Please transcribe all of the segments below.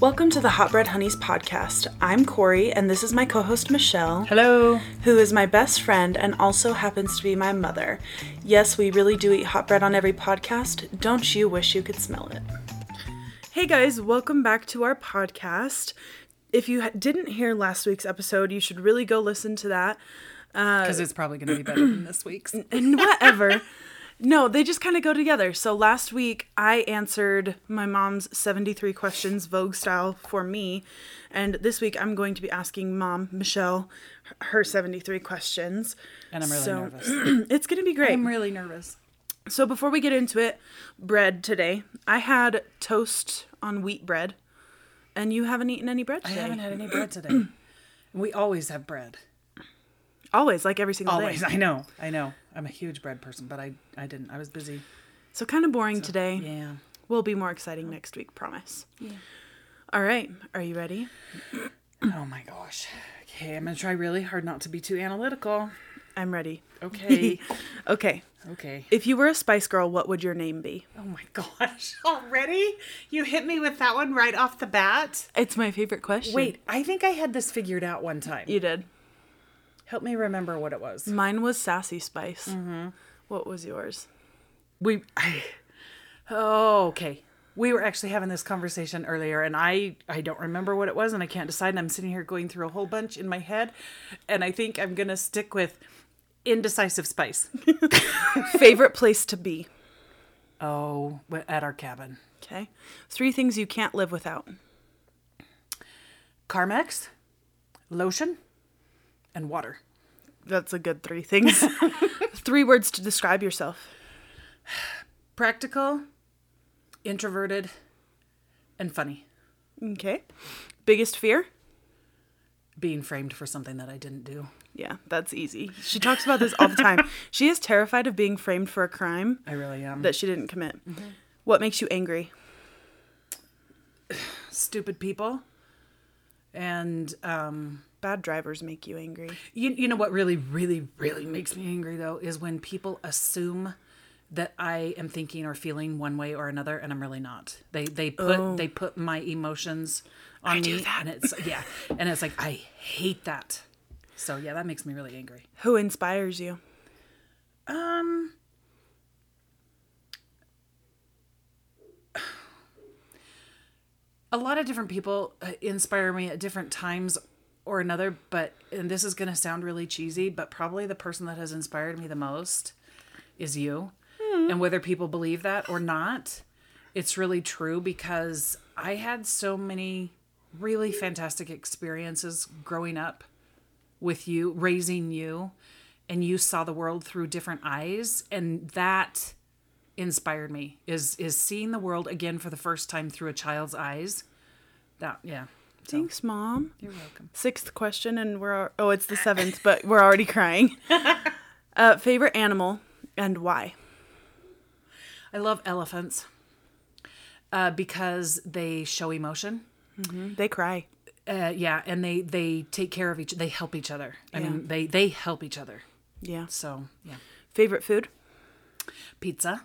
Welcome to the Hot Bread Honeys podcast. I'm Corey, and this is my co host Michelle, Hello. who is my best friend and also happens to be my mother. Yes, we really do eat hot bread on every podcast. Don't you wish you could smell it? Hey guys, welcome back to our podcast. If you ha- didn't hear last week's episode, you should really go listen to that. Because it's probably going to be better than this week's. and whatever. No, they just kind of go together. So last week I answered my mom's 73 questions Vogue style for me. And this week I'm going to be asking mom, Michelle, her- her 73 questions. And I'm really So- nervous. It's going to be great. I'm really nervous. So before we get into it, bread today. I had toast on wheat bread. And you haven't eaten any bread I today? haven't had any bread today. We always have bread. Always, like every single Always. day. I know. I know. I'm a huge bread person, but I, I didn't. I was busy. So kind of boring today. Yeah. Will be more exciting next week, promise. All right. Are you ready? Oh my gosh. Okay. I'm going to try really hard not to be too analytical. I'm ready. Okay. Okay. okay. If you were a Spice Girl, what would your name be? Oh my gosh. Already? You hit me with that one right off the bat? It's my favorite question. Wait, I think I had this figured out one time. You did. Help me remember what it was. Mine was Sassy Spice. What was yours? we I, oh okay we were actually having this conversation earlier and i i don't remember what it was and i can't decide and i'm sitting here going through a whole bunch in my head and i think i'm gonna stick with indecisive spice favorite place to be. oh we're at our cabin Okay. Three things you can't live without. carmex lotion and water That's a good three things. three words to describe yourself. practical introverted and funny Okay. Biggest fear? being framed for something that i didn't do Yeah, that's easy. She talks about this all the time. she is terrified of being framed for a crime i really am that she didn't commit. What makes you angry? stupid people and um Bad drivers make you angry. You, you know what really, really, really makes me angry though is when people assume that I am thinking or feeling one way or another, and I'm really not. They they put they put my emotions on me, and it's yeah, and it's like I hate that. So yeah, that makes me really angry. Who inspires you? Um, a lot of different people uh, inspire me at different times or another, but and this is going to sound really cheesy, but probably the person that has inspired me the most is you. And whether people believe that or not, it's really true because I had so many really fantastic experiences growing up with you, raising you, and you saw the world through different eyes, and that inspired me is is seeing the world again for the first time through a child's eyes. That yeah. So Thanks, mom. you're welcome. Sixth question, and we're al- oh, it's the seventh, but we're already crying. Uh, favorite animal and why? I love elephants uh, because they show emotion. Mm-hmm. They cry. Uh, yeah, and they they take care of each. They help each other. I mean, they they help each other. Yeah. So yeah, Favorite food? pizza.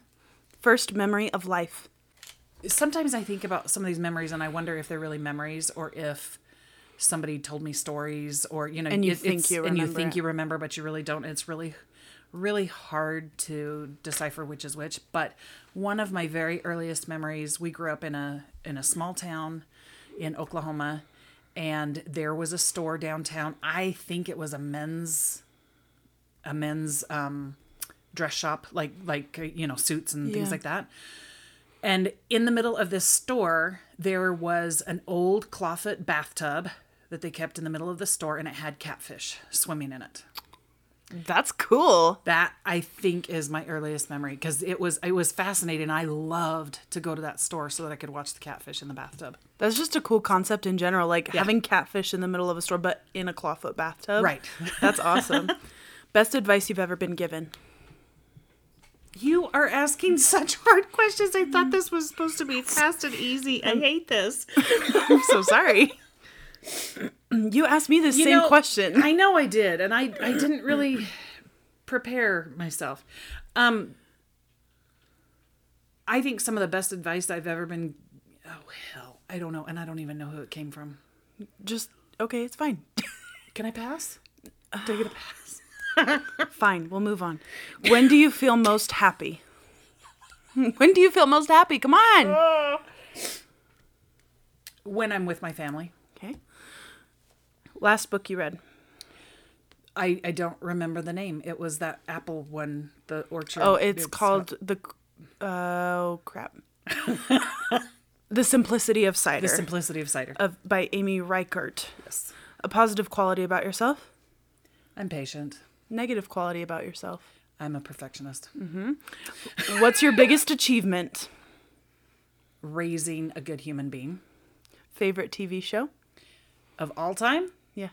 First memory of life. sometimes I think about some of these memories and I wonder if they're really memories or if somebody told me stories or you know And you it- think it's- you and you remember think it. you remember but you really don't it's really really hard to decipher which is which but one of my very earliest memories we grew up in a in a small town in Oklahoma and there was a store downtown I think it was a men's a men's um dress shop like like uh, you know suits and things Yeah. like that and in the middle of this store, there was an old clawfoot bathtub that they kept in the middle of the store, and it had catfish swimming in it. Mm. That's cool. That I think is my earliest memory because it was it was fascinating. I loved to go to that store so that I could watch the catfish in the bathtub. That's just a cool concept in general, like having catfish in the middle of a store, but in a clawfoot bathtub. Right. That's awesome. Best advice you've ever been given. You are asking such hard questions. I thought this was supposed to be fast and easy. I hate this. I'm so sorry. You asked me the You same know, question. I know I did, and I I didn't really prepare myself. Um, I think some of the best advice I've ever been. Oh hell, I don't know, and I don't even know who it came from. Just okay, it's fine. Can I pass? Do I get a pass? fine, we'll move on. When do you feel most happy? when do you feel most happy? Come on. When I'm with my family, Okay. Last book you read. I I don't remember the name. It was that apple one, the orchard. Oh, it's, called the oh crap. the Simplicity of Cider The Simplicity of Cider. of by Amy Reichert. Yes. A positive quality about yourself, I'm patient. negative quality about yourself. I'm a perfectionist. Hmm. What's your biggest achievement? Raising a good human being Favorite TV show? of all time. Yeah.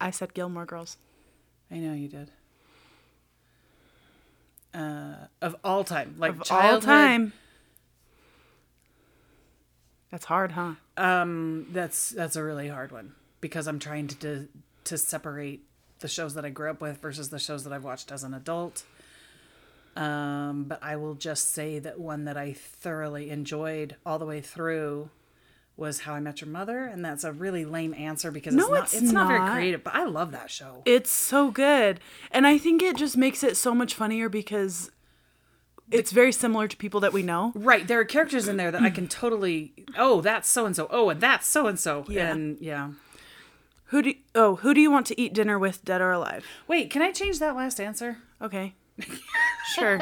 I said Gilmore Girls. I know you did. Uh, of all time, like Of all childhood, time. That's hard, huh? Um, that's that's a really hard one because I'm trying to to, to separate the shows that I grew up with versus the shows that I've watched as an adult. Um, but I will just say that one that I thoroughly enjoyed all the way through was How I Met Your Mother, and that's a really lame answer because No, it's not it's it's not very not. creative. But I love that show. It's so good. And I think it just makes it so much funnier because it's very similar to people that we know. Right. There are characters in there that I can totally. Oh, that's so and so. Oh, and that's so and so. Yeah. And yeah. Who do Oh, who do you want to eat dinner with dead or alive? Wait, can I change that last answer? Okay. Sure.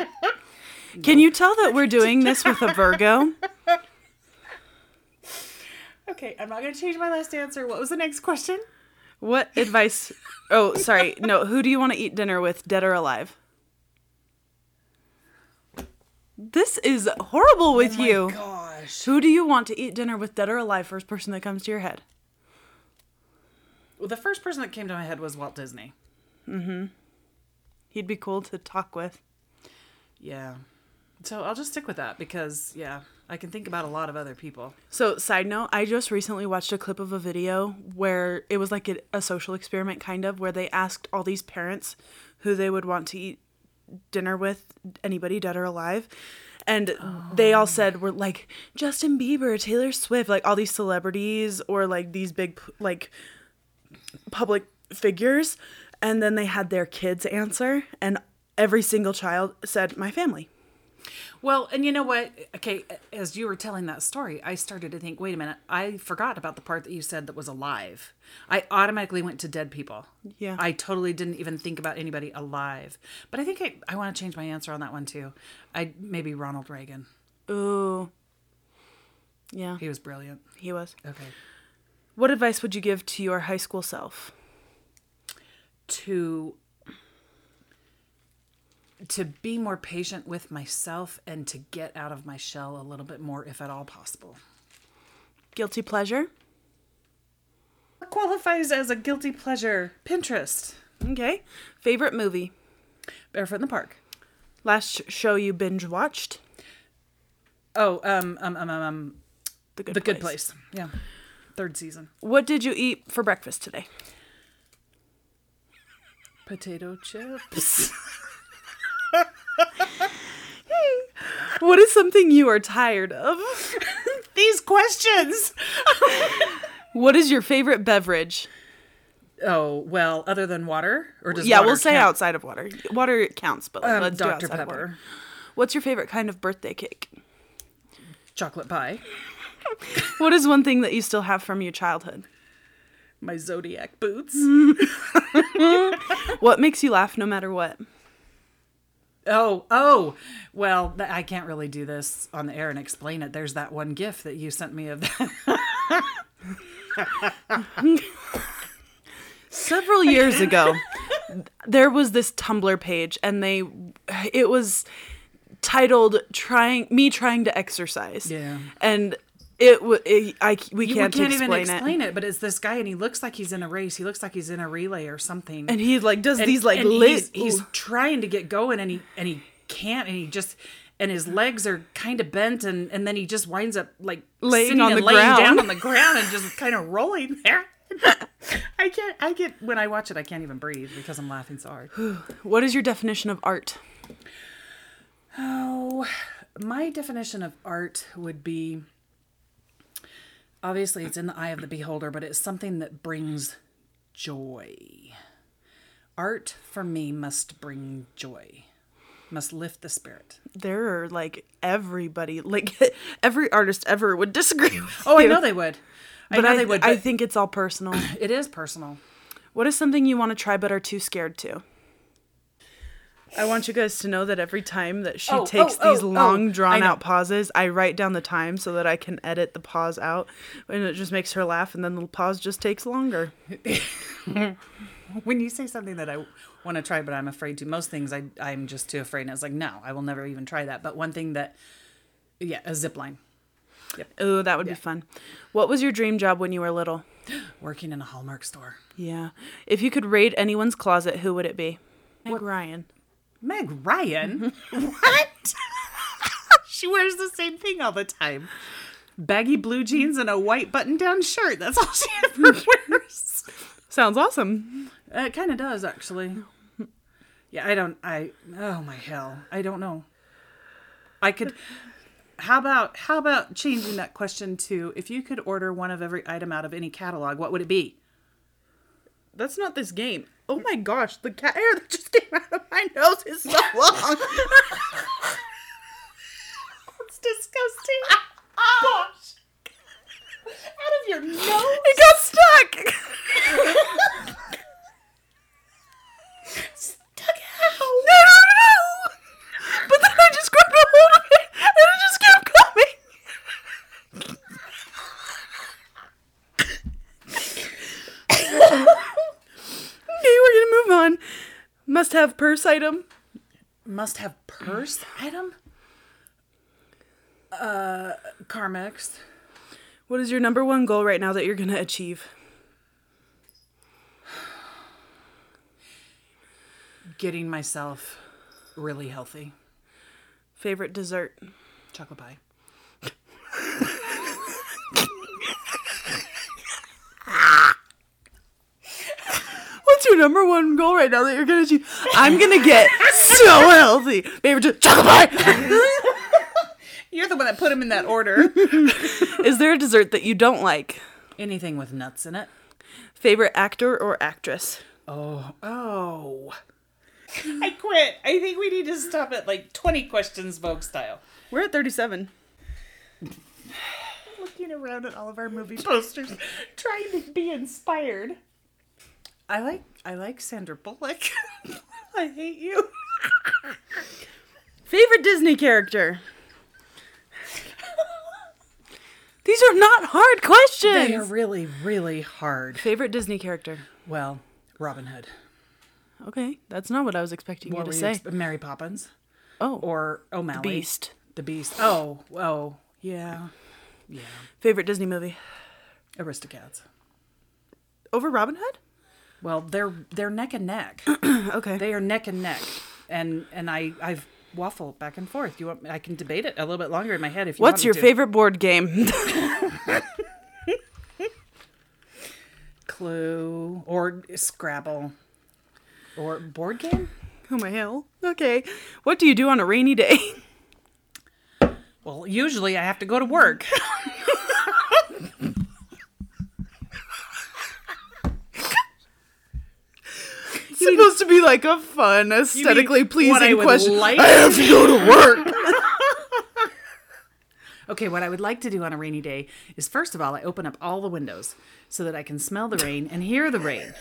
Can you tell that we're doing this with a Virgo? Okay, I'm not going to change my last answer. What was the next question? What advice? Oh, sorry. No, who do you want to eat dinner with, dead or alive? This is Oh horrible with you. Gosh. Who do you want to eat dinner with, dead or alive? First person that comes to your head. Well, the first person that came to my head was Walt Disney. He'd be cool to talk with. Yeah. So I'll just stick with that because, yeah, I can think about a lot of other people. So, side note, I just recently watched a clip of a video where it was like a, a social experiment, kind of, where they asked all these parents who they would want to eat dinner with, anybody dead or alive. And they all said, were like Justin Bieber, Taylor Swift, like all these celebrities or like these big, like public figures. And then they had their kids answer, and every single child said, My family. Well, and you know what? Okay, as you were telling that story, I started to think, wait a minute, I forgot about the part that you said that was alive. I automatically went to dead people. Yeah. I totally didn't even think about anybody alive. But I think I, I want to change my answer on that one too. I maybe Ronald Reagan. Ooh. Yeah, He was brilliant. he was. Okay. What advice would you give to your high school self? To to be more patient with myself and to get out of my shell a little bit more if at all possible. Guilty pleasure? What qualifies as a guilty pleasure? Pinterest. Okay. Favorite movie? Barefoot in the park. Last sh- show you binge watched? Oh, um, um, um, um, um The Good the Good Place. Yeah, third season. What did you eat for breakfast today? Potato chips. What is something you are tired of? These questions. what is your favorite beverage? Oh well, other than water, or does yeah, water we'll say count? outside of water. Water counts, but like, Um, let's do Dr outside of Pepper, water. What's your favorite kind of birthday cake? chocolate pie, What is one thing that you still have from your childhood? my zodiac boots. What makes you laugh no matter what? Oh, oh, well, th- I can't really do this on the air and explain it. There's that one GIF that you sent me of that. several years ago there was this tumblr page and they it was titled trying me trying to exercise Yeah. and it, wa- it i we You can't, can't explain, even it explain it. but it's this guy, and he looks like he's in a race. He looks like he's in a relay or something. and he like does And- these like and lit he's, he's trying to get going and he and he can't and he just and his legs are kind of bent, and and then he just winds up like Laying sitting on and the laying ground. down on the ground and just kind of rolling there. I can't. I get when I watch it, I can't even breathe because I'm laughing so hard. What is your definition of art? Oh, my definition of art would be obviously it's in the eye of the beholder, but it's something that brings joy. Art for me must bring joy, must lift the spirit. There are like everybody, like every artist ever would disagree with Oh, I you. know they would. I But know I, they would. I But think it's all personal. it is personal. What is something you want to try but are too scared to? I want you guys to know that every time that she Oh, oh, takes these oh, oh, long, I drawn know. out pauses, I write down the time so that I can edit the pause out. And it just makes her laugh, and then the pause just takes longer. When you say something that I want to try, but I'm afraid to, most things I, I'm just too afraid. And it's like, no, I will never even try that. But one thing that, yeah, a zip line. Oh, that would be fun. What was your dream job when you were little? Working in a Hallmark store. Yeah. If you could raid anyone's closet, who would it be? Meg Ryan. Meg Ryan? what? she wears the same thing all the time. Baggy blue jeans and a white button down shirt. That's all she ever wears. Sounds awesome. Uh, it kind of does, actually. Yeah, I don't. I. Oh, my hell. I don't know. I could. How about how about changing that question to if you could order one of every item out of any catalog, what would it be? That's not this game. Oh my gosh, the cat hair that just came out of my nose is so long. It's disgusting. Gosh. Ah. Out of your nose. it got stuck. Stuck out. No, no, no. But then I just grabbed a hold of it and it just kept coming. okay, we're gonna move on. Must have purse item. must have purse item? Uh, Carmex. What is your number one goal right now that you're gonna achieve? Getting myself really healthy. Favorite dessert? Chocolate pie. What's your number one goal right now that you're gonna achieve? I'm gonna get so healthy. Favorite de- chocolate pie. You're the one that put them in that order. is there a dessert that you don't like? Anything with nuts in it. Favorite actor or actress? Oh, oh. I quit. I think we need to stop at like 20 questions, Vogue style. We're at 37. Looking around at all of our movie posters, trying to be inspired. I like I like Sandra Bullock. I hate you. Favorite Disney character? These are not hard questions. They are really, really hard. Favorite Disney character? Well, Robin Hood. Okay, that's not what I was expecting What you were to you say. ex- Mary Poppins oh, or O'Malley. Beast. The Beast. Oh, oh, yeah, yeah. Favorite Disney movie? Aristocats. Over Robin Hood? Well, they're they're neck and neck. okay. they are neck and neck, and and I I've waffled back and forth. You want I can debate it a little bit longer in my head if you want What's me your to. favorite board game? Clue or Scrabble or board game? oh my hell. Okay. What do you do on a rainy day? Well, usually I have to go to work. It's supposed to be like a fun, aesthetically pleasing what I would question. like? I have to go to work. Okay, what I would like to do on a rainy day is first of all, I open up all the windows so that I can smell the rain and hear the rain.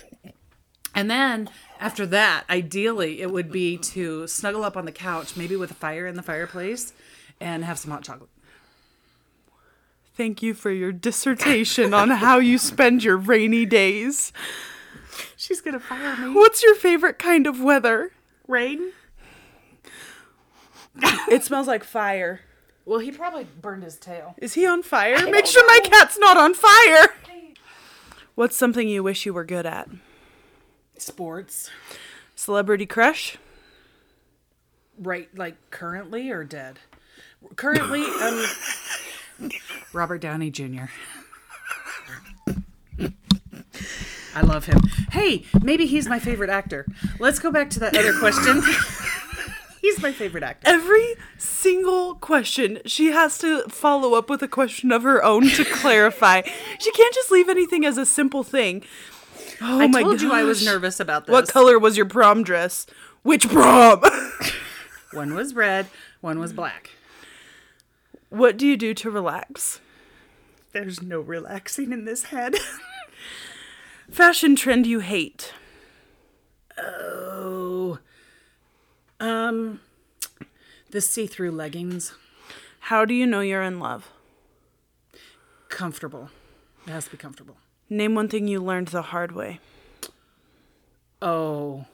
And then after that, ideally, it would be to snuggle up on the couch, maybe with a fire in the fireplace, and have some hot chocolate. Thank you for your dissertation on how you spend your rainy days. She's gonna fire me. What's your favorite kind of weather? Rain. it smells like fire. Well, he probably burned his tail. Is he on fire? Make sure my cat's not on fire. What's something you wish you were good at? Sports. Celebrity crush? right like currently or dead? Currently, um, Robert Downey Jr. I love him. Hey, maybe he's my favorite actor. Let's go back to that other question. he's my favorite actor. Every single question, she has to follow up with a question of her own to clarify. She can't just leave anything as a simple thing. Oh I my told you I was gosh. nervous about this. What color was your prom dress? Which prom? One was red, one was black. what do you do to relax? There's no relaxing in this head. Fashion trend you hate. oh. Um the see-through leggings How do you know you're in love? comfortable. It has to be comfortable. Name one thing you learned the hard way. Oh.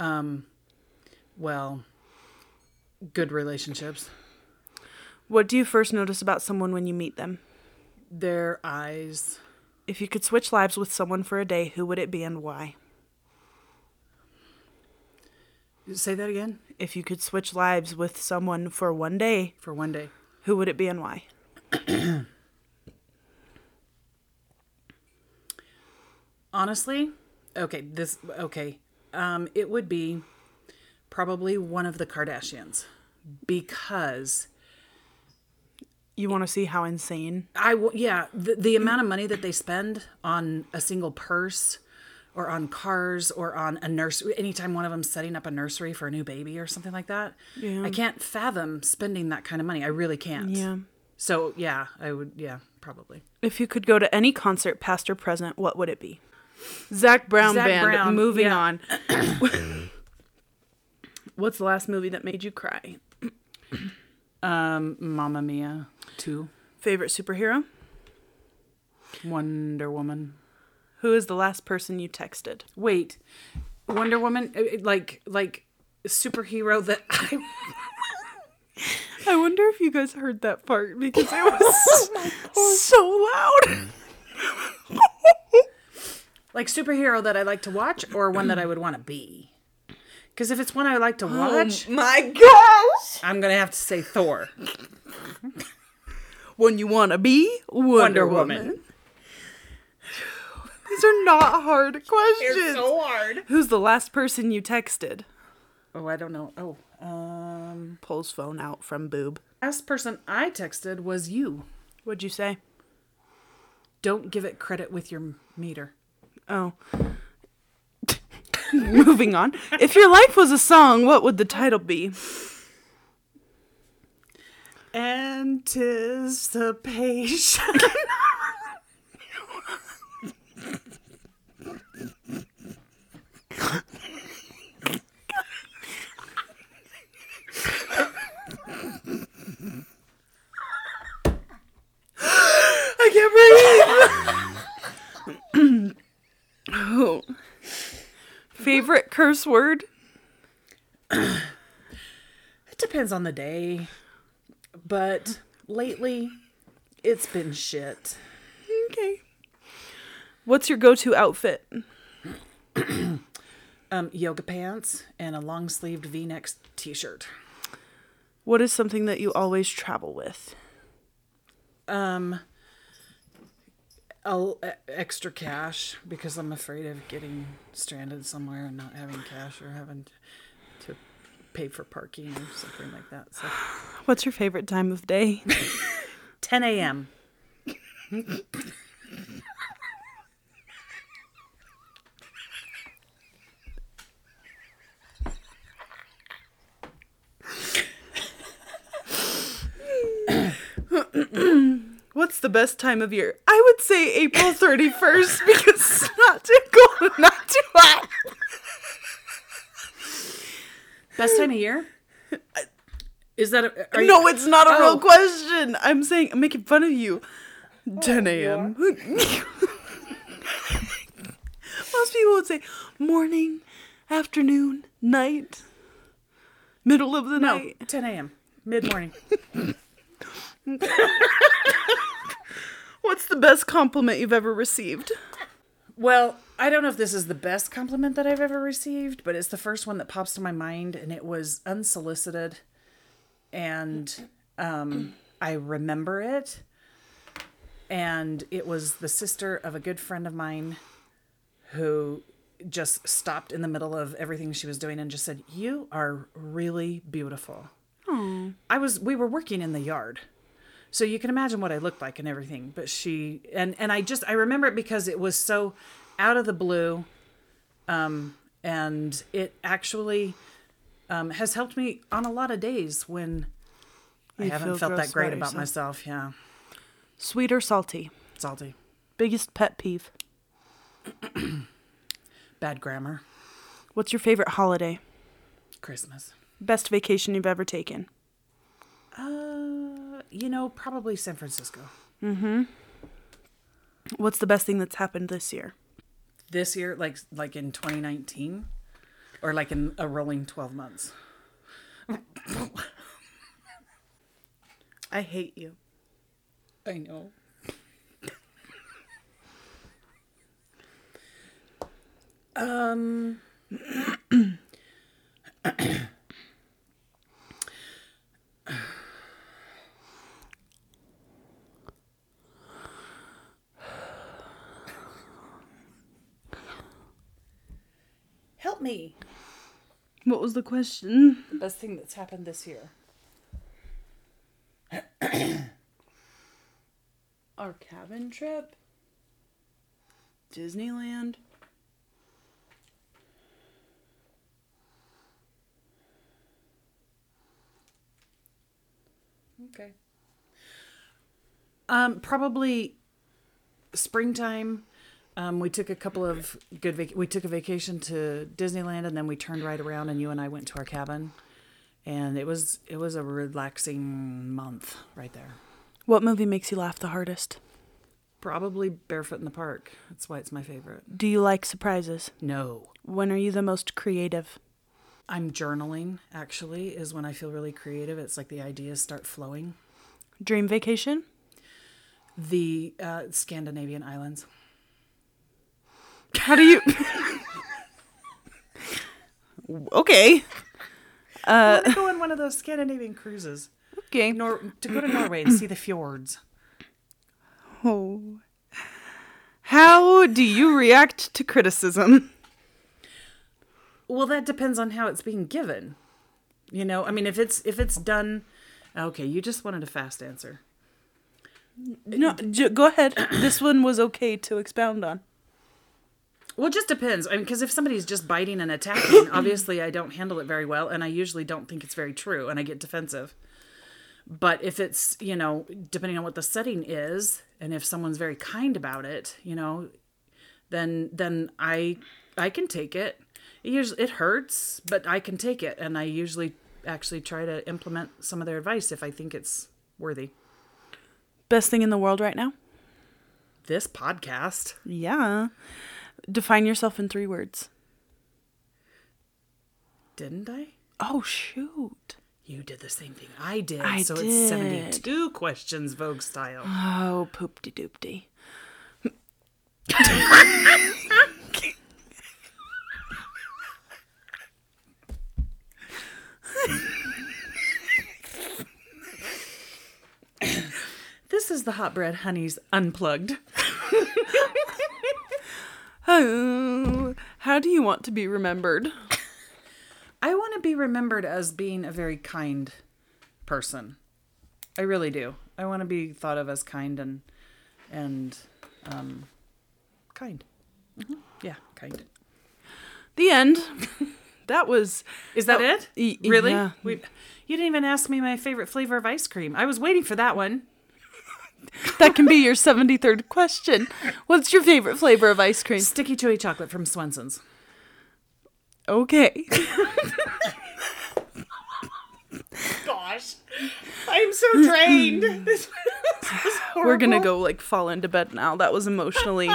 Um well, good relationships. What do you first notice about someone when you meet them? Their eyes If you could switch lives with someone for a day, who would it be and why? Say that again If you could switch lives with someone for one day, for one day. who would it be and why? Honestly, okay, this okay. Um it would be probably one of the Kardashians because You want to see how insane? I w- yeah, the, the amount of money that they spend on a single purse or on cars or on a nursery anytime one of them's setting up a nursery for a new baby or something like that. Yeah. I can't fathom spending that kind of money. I really can't. Yeah. So, yeah, I would yeah, probably. If you could go to any concert, past or present, what would it be? Zach Brown Zac Band, Brown, moving yeah. on. What's the last movie that made you cry? Um Mamma Mia 2, Favorite superhero? Wonder Woman. Who is the last person you texted? Wait. Wonder Woman uh, uh, like like superhero that I I wonder if you guys heard that part because it was so loud. like superhero that I like to watch or one that I would want to be. Because if it's one I like to Oh, watch, My gosh! I'm gonna have to say Thor, When you want to be Wonder, Wonder Woman. Woman. These are not hard questions. hard. Who's the last person you texted? Oh, I don't know. Oh, um, Pulls phone out from boob. last person I texted was you. What'd you say? Don't give it credit with your meter. Oh. Moving on. If your life was a song, what would the title be? Anticipation. I can't breathe. oh. Favorite curse word? It depends on the day, but lately, it's been shit. Okay. What's your go-to outfit? Um, yoga pants and a long sleeved V neck T-shirt. What is something that you always travel with? um a, e, extra cash because I'm afraid of getting stranded somewhere and not having cash or having to pay for parking or something like that. So What's your favorite time of day? 10 a.m. What's the best time of year? I would say April 31st because it's not too cold and not too hot. Best time of year? Is that a, are you- No, it's not a Oh. Oh, real question. I'm saying I'm making fun of you. 10 a.m. Most people would say morning, afternoon, night, middle of the no night. 10 a.m. Mid morning. What's the best compliment you've ever received? Well, I don't know if this is the best compliment that I've ever received, but it's the first one that pops to my mind, and it was unsolicited, and um, I remember it, and it was the sister of a good friend of mine, who just stopped in the middle of everything she was doing and just said, "You are really beautiful." I was we were working in the yard. So you can imagine what I looked like and everything, but she and and I just I remember it because it was so out of the blue um and it actually um has helped me on a lot of days when I You haven't feel felt gross that great about about yourself. myself. Yeah. Sweet or salty? Salty. Biggest pet peeve. Bad grammar. What's your favorite holiday? Christmas. Best vacation you've ever taken? Uh you know, probably San Francisco. What's the best thing that's happened this year? This year, like like in twenty nineteen or like in a rolling twelve months. I hate you. I know. um. Help me. What was the question? The best thing that's happened this year. Our cabin trip? Disneyland? Okay. Um, probably springtime. Um, we took a couple of good. Vac- we took a vacation to Disneyland, and then we turned right around, and you and I went to our cabin, and it was it was a relaxing month right there. What movie makes you laugh the hardest? Probably barefoot in the park. That's why it's my favorite. Do you like surprises? No, When are you the most creative? I'm journaling. Actually, is when I feel really creative. It's like the ideas start flowing. Dream vacation? The uh, Scandinavian islands. How do you. okay. I want to go on one of those Scandinavian cruises. Okay. Nor- to go to Norway and see the fjords. Oh. How do you react to criticism? Well, that depends on how it's being given. You know, I mean, if it's if it's done, okay. You just wanted a fast answer. No, j- go ahead. this one was okay to expound on. Well, it just depends. I mean, because if somebody's just biting and attacking, obviously I don't handle it very well, and I usually don't think it's very true, and I get defensive. But if it's you know, depending on what the setting is, and if someone's very kind about it, you know, then then I I can take it. It usually it hurts, but I can take it, and I usually actually try to implement some of their advice if I think it's worthy. Best thing in the world right now? This podcast, Yeah. Define yourself in three words. didn't I? Oh, shoot. You did the same thing I did. I so did. it's 72 questions Vogue style. Oh, poop de doop dee. This is the Hot Bread Honeys Unplugged. Oh, how do you want to be remembered? I want to be remembered as being a very kind person. I really do. I want to be thought of as kind and and um kind. Mm-hmm. Yeah, kind. The end. That was. Is that it? y- y- really? yeah. We, you didn't even ask me my favorite flavor of ice cream. I was waiting for that one. That can be your 73rd question. What's your favorite flavor of ice cream? Sticky chewy chocolate from Swenson's. Okay. gosh. I'm so drained. this is We're going to go like fall into bed now. That was emotionally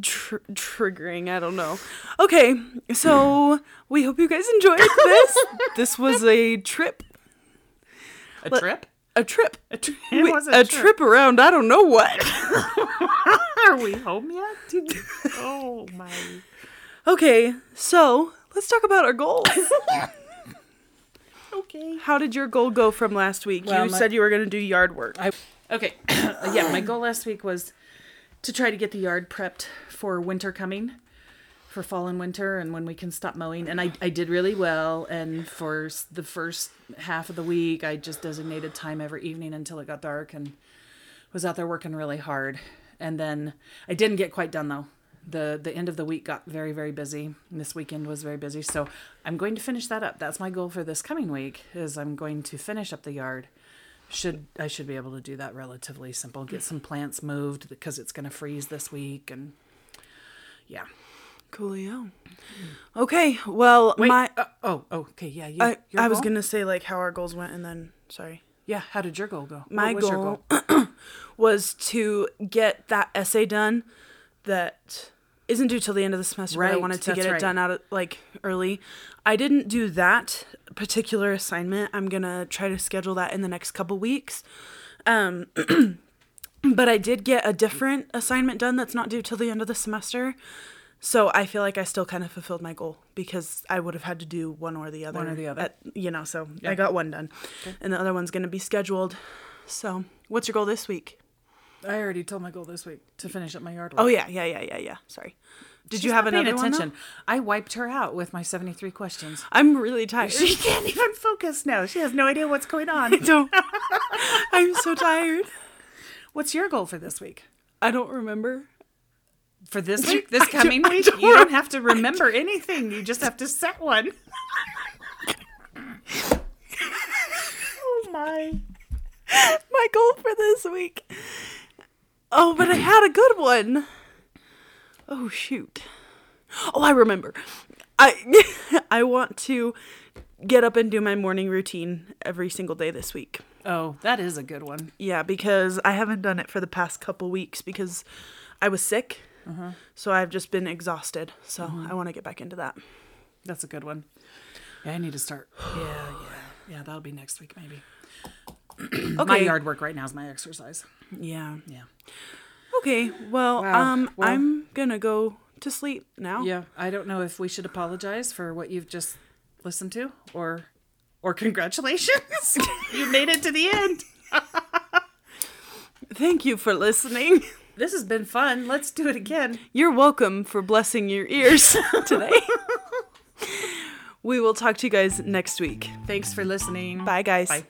tr- triggering. I don't know. Okay. So we hope you guys enjoyed this. this was a trip. A trip? A trip. A trip. Wi- a trip around I don't know what. Are we home yet? dude? Oh my. Okay, so let's talk about our goals. Okay. How did your goal go from last week? Well, you my- said you were going to do yard work. I okay. yeah, my goal last week was to try to get the yard prepped for winter coming, for fall and winter, and when we can stop mowing. And I I did really well. And for s- the first half of the week, I just designated time every evening until it got dark, and was out there working really hard. And then I didn't get quite done though. The the end of the week got very very busy. and This weekend was very busy, so I'm going to finish that up. That's my goal for this coming week is I'm going to finish up the yard. Should I should be able to do that relatively simple. Get some plants moved because it's going to freeze this week and yeah. Coolio. Okay, well, Wait, my uh, oh, oh, okay, yeah. You, I, your I was goal? going to say like how our goals went and then sorry. Yeah, how did your goal go? What My was your goal, was to get that essay done that isn't due till the end of the semester, but I Right, wanted to get that's it right. done out of, like early. I didn't do that particular assignment. I'm going to try to schedule that in the next couple weeks. Um but I did get a different assignment done that's not due till the end of the semester. So I feel like I still kind of fulfilled my goal because I would have had to do one or the other. One or the other. at- you know, so I got one done. And the other one's going to be scheduled. So, what's your goal this week? I already told my goal this week to finish up my yard. Oh yeah, yeah, yeah, yeah, yeah. Sorry. Did She's you have not paying another one? though? attention. I wiped her out with my 73 questions. I'm really tired. She can't even focus now. She has no idea what's going on. don't. I'm so tired. What's your goal for this week? I don't remember. For this week, this coming I week, don't you don't have to remember anything. You just have to set one. oh my. My goal for this week. Oh, but I had a good one. Oh shoot. Oh, I remember. I I want to get up and do my morning routine every single day this week. Oh, that is a good one. Yeah, because I haven't done it for the past couple weeks because I was sick. Uh-huh. So I've just been exhausted. So Mm-hmm. I want to get back into that. That's a good one. Yeah, I need to start. Yeah, yeah. Yeah, that'll be next week maybe. Okay. My yard work right now is my exercise. Yeah. Yeah. Okay. Well, Wow. um, Well- I'm gonna go to sleep now. Yeah, I don't know if we should apologize for what you've just listened to or or congratulations. you made it to the end. Thank you for listening. This has been fun. Let's do it again. You're welcome for blessing your ears today. we will talk to you guys next week. Thanks for listening. Bye, guys. Bye.